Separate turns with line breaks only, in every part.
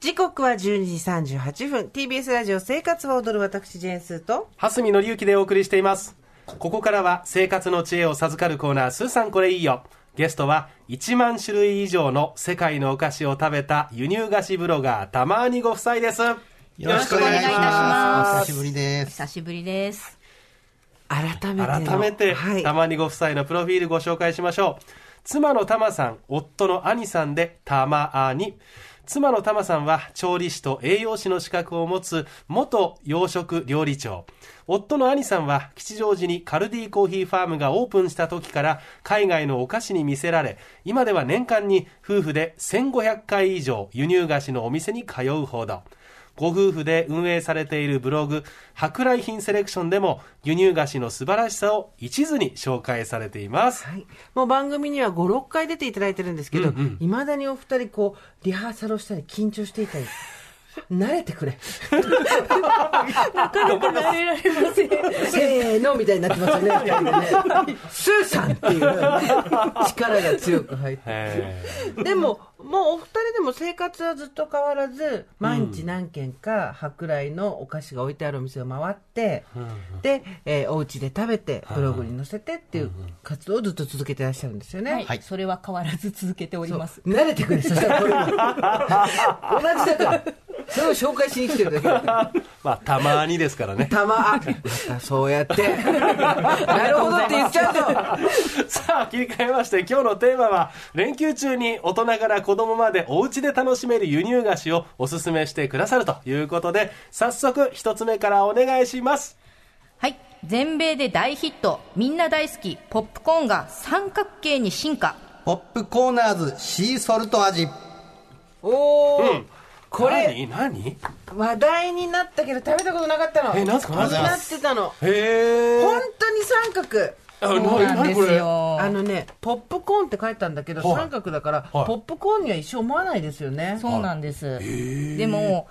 時刻は12時38分 TBS ラジオ生活は踊る私ジェーンスーと
蓮見紀之でお送りしていますここからは生活の知恵を授かるコーナー「スーさんこれいいよ」ゲストは1万種類以上の世界のお菓子を食べた輸入菓子ブロガーたまーにご夫妻ですよ
よろしくお願いいたします。お久しぶりです。
久しぶりです。
改めての
改めて、
はい、
たまにご夫妻のプロフィールご紹介しましょう妻のたまさん夫の兄さんでたまあに妻のたまさんは調理師と栄養士の資格を持つ元洋食料理長夫の兄さんは吉祥寺にカルディコーヒーファームがオープンした時から海外のお菓子に魅せられ今では年間に夫婦で1500回以上輸入菓子のお店に通うほどご夫婦で運営されているブログ、舶来品セレクションでも輸入菓子の素晴らしさを一途に紹介されています。
はい、もう番組には5、6回出ていただいてるんですけど、いま、だにお二人、こう、リハーサルをしたり、緊張してい たり、慣れてくれ、
なかなか慣れられ ません。
せーのみたいになってますよね、二人でね、スーさんっていう力が強く入って、
えー
でも、もうお二人でも生活はずっと変わらず、毎日何軒か、舶来のお菓子が置いてあるお店を回って、で、えー、お家で食べて、ブログに載せてっていう活動をずっと続けてらっしゃるんですよね。
はい、
はい
それは変わらず続けております。
慣れてくれ、そしたらこれも。 同じだから。それを紹介しに来てるだけだから
まあ、たまにです からね。
たま、あまたそうやって。 なるほどって言っちゃうと。
さあ、切り替えまして、今日のテーマは、連休中に大人から子供までお家で楽しめる輸入菓子をおすすめしてくださるということで、早速、一つ目からお願いします。
はい。全米で大ヒット、みんな大好き、ポップコーンが三角形に進化。
ポップコーナーズシーソルト味。
おー、
うん
これ、
何何
話題になったけど食べたことなかったの。
えなんすか
気になってたの。
へえ。
本当に三角。
あ
そう
な
なん
何
で
こ
す
れ
よ。
あのね、ポップコーンって書いたんだけど、
はい
三角だから、
はい
ポップコーンには一生思わないですよね。
そうなんです。でも、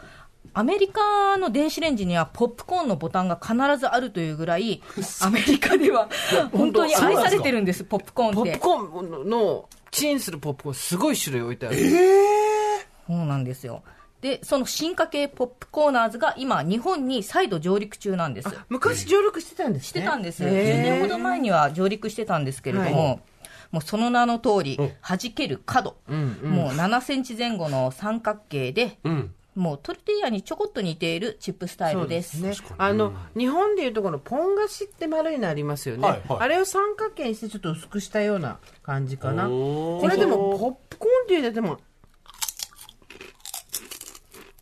アメリカの電子レンジにはポップコーンのボタンが必ずあるというぐらい、アメリカでは本当に愛されてるんです、ポップコーン
ポ
っ
ップ
て。
コーンの、チンするポップコーン、すごい種類置いてある。
そうなんですよ。で、その進化系ポップコーナーズが今、日本に再度上陸中なんです。
昔上陸してたんです、ね、
してたんです
へ
よ、
ー
10年ほど前には上陸してたんですけれども、
は
もうその名の通り、弾ける角、
んうん
もう7センチ前後の三角形で、
うん。
もうトルティーヤにちょこっと似ているチップスタイルです。
そうね、あの日本でいうとこのポン菓子って丸いのありますよね、
はいはい
あれを三角形にしてちょっと薄くしたような感じかな
おー
これでもポップコーンっていうのでも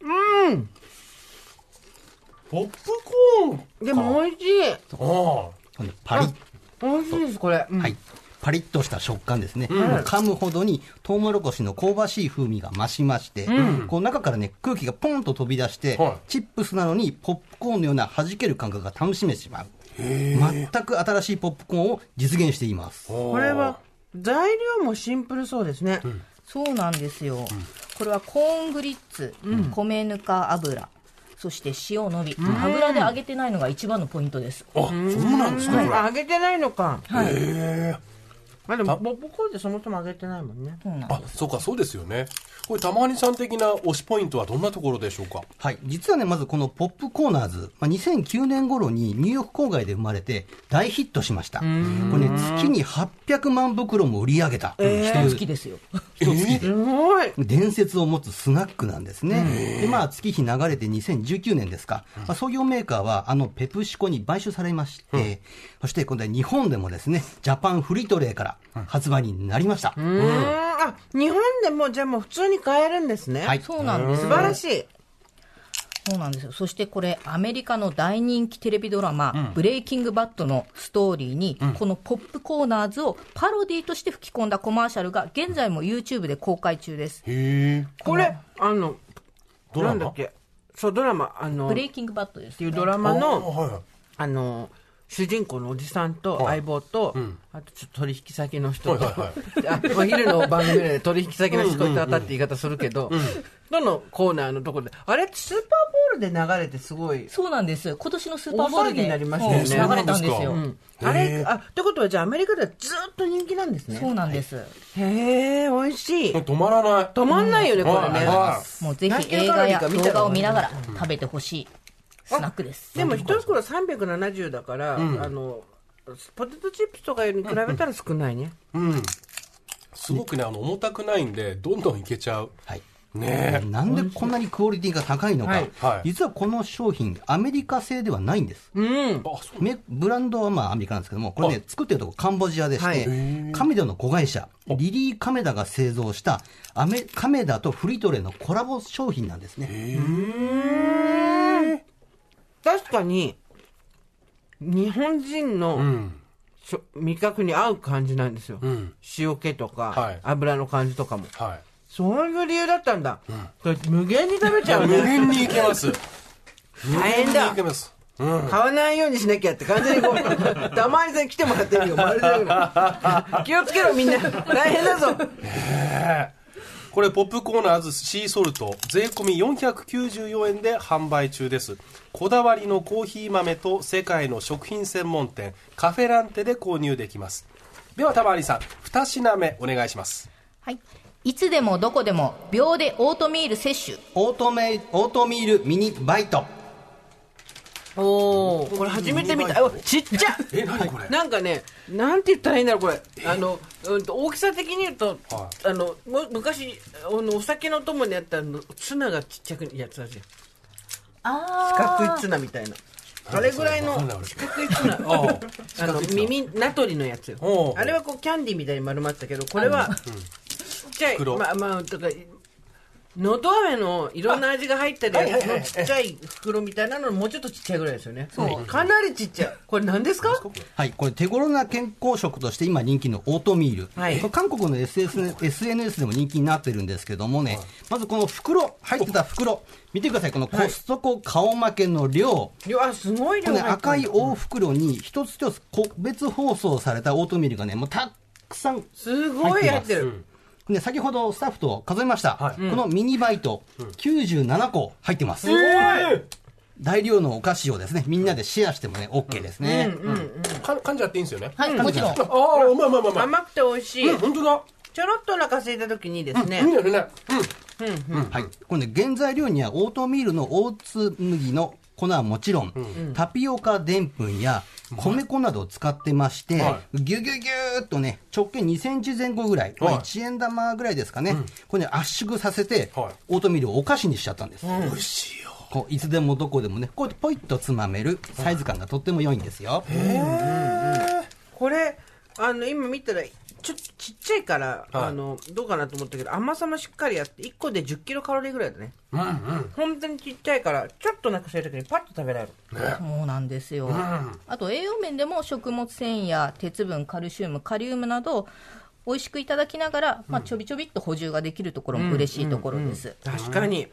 うん
ポップコーン
でも美味しい
ああ。
このパリッ、
美味しいですこれ、うん
はい。パリッとした食感ですね。噛むほどにトウモロコシの香ばしい風味が増しまして、こう中からね、空気がポンと飛び出して、
はい
チップスなのにポップコーンのような弾ける感覚が楽しめてしまう。全く新しいポップコーンを実現しています。
これは材料もシンプルそうですね、
そうなんですよ、これはコーングリッツ、米ぬか油、そして塩のみ、油で揚げてないのが一番のポイントです。
あ、そうなんです
は
ね、
い、
こ
あ揚げてないのか、
はい、
まあ、でもポップコーンってそもそも揚げてないもんね
そうなん
れ。あ、そうか、そうですよね。これ、たまにさん的な推しポイントはどんなところでしょうか
はい。実はね、まずこのポップコーナーズ、まあ、2009年頃にニューヨーク郊外で生まれて大ヒットしました。これね、月に800万袋も売り上げた。
人好きですよ。
すごい
伝説を持つスナックなんですね。で、まあ、月日流れて2019年ですか、まあ、創業メーカーは、あの、ペプシコに買収されまして、そして今度は日本でもですね、ジャパンフリートレーから発売になりました。
うーんあ日本でもじゃあもう普通に買えるんですね、
はい。
そうなんです
素
よ
晴らしい
そうなんですよ。そしてこれ、アメリカの大人気テレビドラマ、ブレイキングバッドのストーリーに、このポップコーナーズをパロディーとして吹き込んだコマーシャルが、現在も YouTube で公開中です。
へえ。
これあの
ドラマ
なんだっけそうドラマあの
ブレ
っ
イキングバッドです、
て
ね。
いうドラマ
あ
の
はい。
あの主人公のおじさんと
はい
相棒と、
うん
あとちょっと取引先の人と、
はいは
あお昼の番組で取引先の人と当たって言い方するけど、どのコーナーのところで、あれ、スーパーボールで流れてすごい。
そうなんです。今年のスーパーボール
大騒ぎに
で
なりましたよね
うん流れたんです
そう
よ。
な
う
ん
ん
へー
あれ、あ、ってことはじゃあアメリカではずっと人気なんですね。
そうなんです。
へえ、美味しい。
止まらない。
止まんないよね、これね。
は
もうぜ
何
ひ
キロ
映
カロ
画
リー
や
か見
動
たら
画を見ながら食べてほしいスナックです。
でも一袋370だから、あの、ポテトチップスとかより比べたら少ないね。
いうん。すごくね、あの、重たくないんで、どんどんいけちゃう。
はい
ね
なんでこんなにクオリティが高いのか、
はい
はい
実はこの商品、アメリカ製ではないんです。
うん
え。。あ、そう。
めブランドはまあアメリカなんですけども、これね、作ってるとこカンボジアでして、
はいへ
亀田の子会社、リリー亀田が製造したアメ、亀田とフリトレのコラボ商品なんですね。
確かに、日本人
う
の
ん。
しょ味覚に合う感じなんですよ。
うん。
塩気とか、
はい
油の感じとかも。
はい。
そういう理由だったんだ。これ無限に食べちゃう
無
ね。
限にいけます。
大変だ
無限にいけます。うん。
買わないようにしなきゃって完全にこう、 玉井さん来てもらってるよ。まるでだけど気をつけろみんな。大変だぞ。
これポップコーナーズシーソルト税込み494円で販売中ですこだわりのコーヒー豆と世界の食品専門店カフェランテで購入できますでは玉まさん2品目お願いします
はい。いつでもどこでも秒でオートミール摂取。
オートメイ、オートミールミニバイト。
おお、これ初めて見た。あちっちゃ
え何これ
なんかね、なんて言ったらいいんだろう、これ。あの、うんと、大きさ的に言うと、
は
あの、む昔、あのお酒のともにあったあの、ツナがちっちゃくやつあるじゃん。
あ
四角いツナみたいな。あれぐらいの
なんだ俺
四角いツナ。
あ
あの、耳、ナトリのやつ
お
よ
う。
あれはこう、キャンディーみたいに丸まったけど、これは、ちっちゃい、
袋
まあまあ、とか、のど飴のいろんな味が入ってるやつのちっちゃい袋みたいなのもうちょっとちっちゃいぐらいですよね。かなりちっちゃい。これ何ですか
はい、これ手頃な健康食として今人気のオートミール、
はい
これ韓国の SS SNS でも人気になってるんですけどもね、まずこの袋入ってた袋見てくださいこのコストコ顔負けの量、
いや、すごい
こ
量
のね
入ってる
赤い大袋に一つ一つ個別包装されたオートミールがねもうたくさん
すごい入ってる。
ね、先ほどスタッフと数えました、
はい
このミニバイト、97個入ってます、大量のお菓子をですねみんなでシェアしてもね OK ですね、
か噛んじゃっていいんですよね
はい、もちろん。
ああうまいうまいうまいうまい
甘くて美味しい。
うん本当だ
ちょろっとお腹空いた時にです
いい
ね、
ですね
はい、これね原材料にはオートミールのオーツ麦の粉はもちろん、タピオカでんぷんや米粉などを使ってまして、
は
ぎゅギュギュギューっとね直径2センチ前後ぐらい、
はい
まあ、1円玉ぐらいですかね、これね圧縮させて、
はい
オートミールをお菓子にしちゃったんです、
うん美味しいよ
こういつでもどこでもねこうやってポイッとつまめるサイズ感がとっても良いんですよ、
これ、あの、今見たら、ちょっとちっちゃいから、
はい
あの、どうかなと思ったけど、甘さもしっかりあって、1個で10キロカロリーぐらいだね。
うんうん
本当にちっちゃいから、ちょっとお腹空いた時にパッと食べられる。
そうなんですよ。
ん
あと栄養面でも食物繊維や鉄分、カルシウム、カリウムなど、美味しくいただきながら、まあ、ちょびちょびっと補充ができるところも嬉しいところです。
確かに。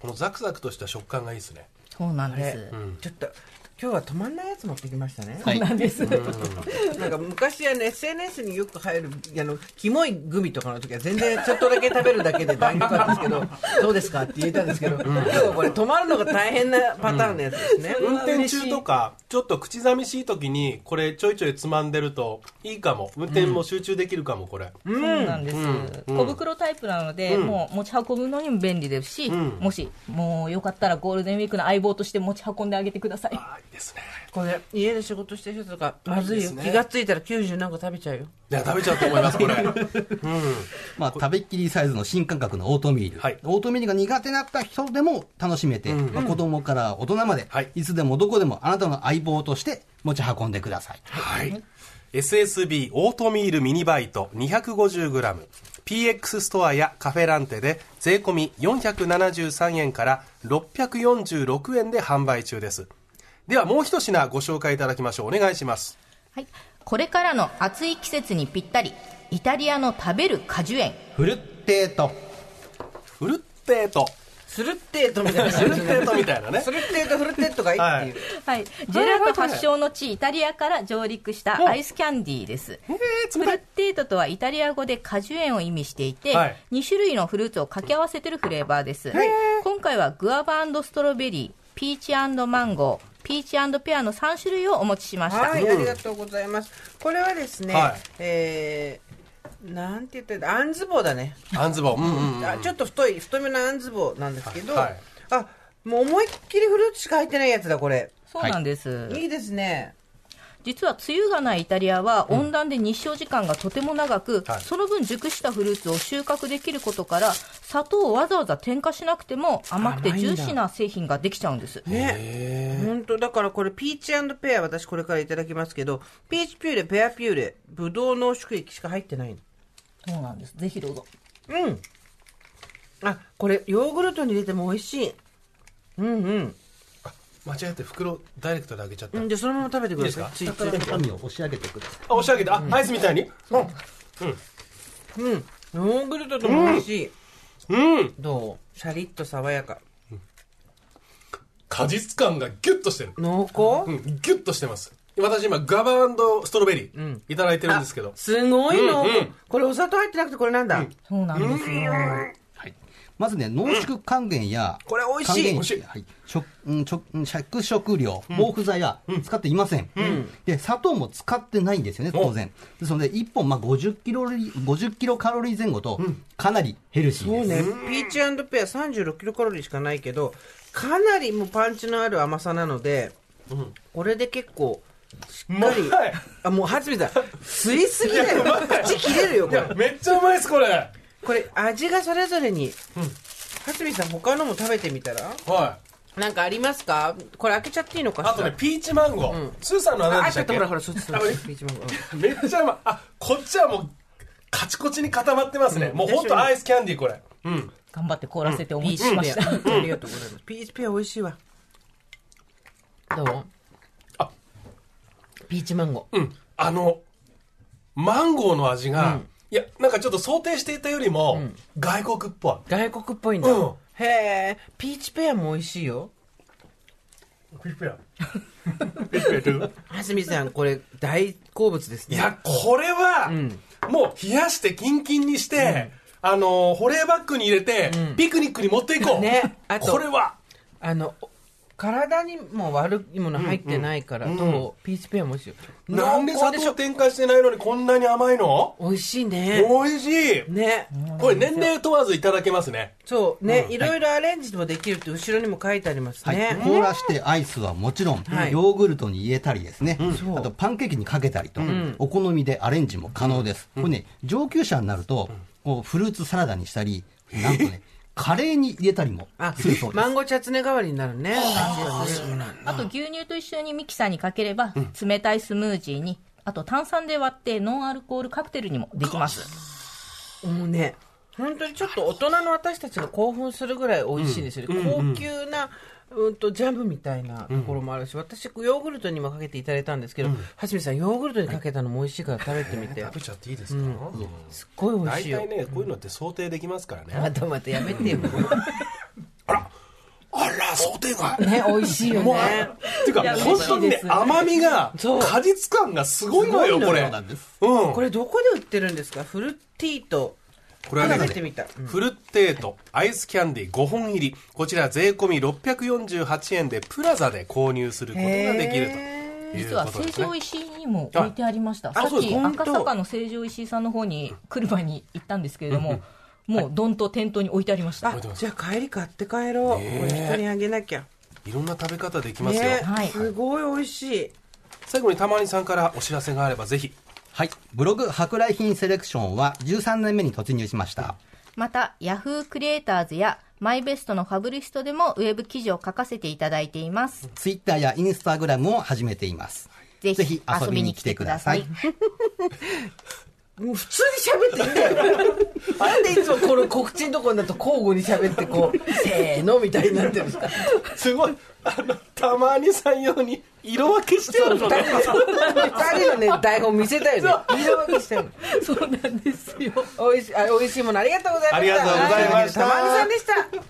このザクザクとした食感がいいですね
そうなんで
ね
す。
ちょっと、今日は止まんないやつ持ってきましたね。
はい
なんです。
なんか昔あの SNS によく入るあのキモいグミとかの時は全然ちょっとだけ食べるだけで 大変だったんですけどどうですかって言えたんですけど、今日はこれ止まるのが大変なパターンのやつですね、
運転中とかちょっと口寂しい時にこれちょいちょいつまんでるといいかも運転も集中できるかもこれ、
そうなんです、小袋タイプなので、もう持ち運ぶのにも便利ですし、もしもうよかったらゴールデンウィークの相棒として持ち運んであげてください
あいいですね
これ家で仕事してる人とかまずい
いいで
よ
すね
気がついたら90何個食べちゃうよ
いや食べちゃうと思います これ
まあ、食べっきりサイズの新感覚のオートミール、
はい
オートミールが苦手だった人でも楽しめて、まあ、子供から大人まで、
はい
い、つでもどこでもあなたの相棒として持ち運んでください、
はい SSB オートミールミニバイト 250gPX ストアやカフェランテで税込み473円から646円で販売中ですではもう一品ご紹介いただきましょうお願いします
はい、これからの暑い季節にぴったりイタリアの食べる果樹園
フルッテート
フルッテート
スルッテートみたいな
スルッテートみたいなね
スルッテートフルッテートがいいっていう、
はい、ジェラート発祥の地イタリアから上陸したアイスキャンディーです
えー、
フ
冷
ル
た
ッ
い
テートとはイタリア語で果樹園を意味していて、
はい
2種類のフルーツを掛け合わせてるフレーバーです、今回はグアバストロベリーピーチマンゴーピーチペアの3種類をお持ちしました、
はい、
うん
ありがとうございますこれはですね、
はい
えーなんて言ったらいいあんずぼうだね、
あんずぼう、うんうんうん、
あちょっと太い太めのあんずぼうなんですけど、
はい
あもう思いっきりフルーツしか入ってないやつだこれ
そうなんです、
いいですね
実は梅雨がないイタリアは温暖で日照時間がとても長く、
はい
その分熟したフルーツを収穫できることから砂糖をわざわざ添加しなくても甘くてジューシーな製品ができちゃうんです
ね本当だからこれピーチペア私これからいただきますけどピーチピューレペアピューレぶどう濃縮液しか入ってないの
そうなんですぜひどうぞ
うんあこれヨーグルトに入れても美味しいうんうん
間違えて袋ダイレクトで開けちゃった、
うんでそのまま食べてください
いいで
つい
下から紙を押し上げてください
あ押し上げてあ、アイスみたいに
うんヨーグルトとも美味しい、
うん
どうシャリッと爽やか
果実感がギュッとしてる、
濃厚、
うん、ギュッとしてます私今ガバストロベリー、いただいてるんですけど
すごい濃厚、
うんうん
これお砂糖入ってなくてこれなんだ、
そうなんですよ、
はい、まずね、濃縮還元や、
これ美味し
還
い
元
美
味しい
はい、食、うん、食、うん着色料、防腐剤は使っていません。で、砂糖も使ってないんですよね、当然。ですので、1本、まあ、50キロリ、50キロカロリー前後と、かなりヘルシー
そ
で
う
す。
ね、ピーチペア36キロカロリーしかないけど、かなりもうパンチのある甘さなので、これで結構、しっかり
うまい、
あ、もう、はつみさん、吸いすぎだよ。口切れるよ、こ
いや
れ。
めっちゃうまいですこれは
これ、味がそれぞれに。はつみさん、他のも食べてみたら
い
なんかありますかこれ開けちゃっていいのかしら
あとね、ピーチマンゴー、スーさんのは何
あ、
で
ち
した
ょっ
っ
と
け
ほらほら、そっちそっ
あえ
ち、ピーチマンゴー。うん
めっちゃうまいあこっちはもうカチコチに固まってますね、もうほんとアイスキャンディーこれうん
頑張って凍らせてお
ピー
持ちし
チ
ま
ペ
し
ア
た、。
ありがとうございます。ピーチペア美味しいわ。どう
あ
ピーチマンゴー。
うんあのマンゴーの味が、いやなんかちょっと想定していたよりも、外国っぽい
外国っぽいんだ、
うん
へえピーチペアも美味しいよ
ピッペラピッペラトゥ
蓮見さんこれ大好物です
い
ね
や、これは、もう冷やしてキンキンにして、あのー、保冷バッグに入れて、ピクニックに持っていこう。
ねあと
これは、
あのお体にも悪いもの入ってないからと、ピーチペアも美味しいよ
なんで
濃
砂
厚し
糖
ょ
展開してないのにこんなに甘いの
美味しいね
美味しい。
ね
これ年齢問わずいただけますね。
そうね、いろいろアレンジもできるって後ろにも書いてあります
はい
ね、
凍らしてアイスはもちろん、
はい
ヨーグルトに入れたりですね、
そう
あとパンケーキにかけたりと、お好みでアレンジも可能です、これね上級者になると、こうフルーツサラダにしたりなんとねカレーに入れたりも
あ
するそうです
マンゴーチャツネ代わりになるねそうなんだ
あと牛乳と一緒にミキサーにかければ、冷たいスムージーにあと炭酸で割ってノンアルコールカクテルにもできます
もうね本当にちょっと大人の私たちが興奮するぐらい美味しいんですよね、高級な、うん、とジャムみたいなところもあるし、私ヨーグルトにもかけていただいたんですけど、はじめさんヨーグルトにかけたのも美味しいから食べてみて、
食べちゃっていいですか、
すっごい美味
大
しいよ
体ね、こういうのって想定できますからね。
またまたやめてよ、
あら、想定外。
ね美味しいよ
もう
ね
あっていうか、
いや
本当に
美味し
ね
いで、す
甘みが、
そう
果実感がすごいのよ、
すごいのよ
これ。
そうなんです
うん。
これどこで売ってるんですかフルティーと
これはね
食べてみたうん
フルテートアイスキャンディ5本入りこちら税込み648円でプラザで購入することができるという
実は
こと
成
です
城
ね
石井にも置いてありました、
あ
さ
そ
っ
うです
き
本
当
赤坂の成城石井さんの方に来る前に行ったんですけれども、もうどんと店頭に置いてありました、
あじゃあ帰り買って帰ろう、これ人にあげなきゃ
いろんな食べ方できますよ、
ね、
はい
すごい美味しい
最後にたまにさんからお知らせがあればぜひ
はいブログ舶来品セレクションは13年目に突入しました、
また、ヤフークリエイターズやマイベストのファブリストでもウェブ記事を書かせていただいています。
ツイッターやインスタグラムを始めています
ぜひ
ぜひ遊びに来てください
遊びに
もう普通に喋っていいんだ よ。なんでいつもこの告知のとこになると交互に喋ってこう、せーのみたいになってるんですか。
すごいあのたまにさん用に色分けして
そ
る
う、二
の
人
ね
で、二人のね、台本見せたいよね。色分けしてる。
そうなんですよ。
おいしい、あ、おいしいものありがとうございました。
ありがとうございました
たまにさんでした。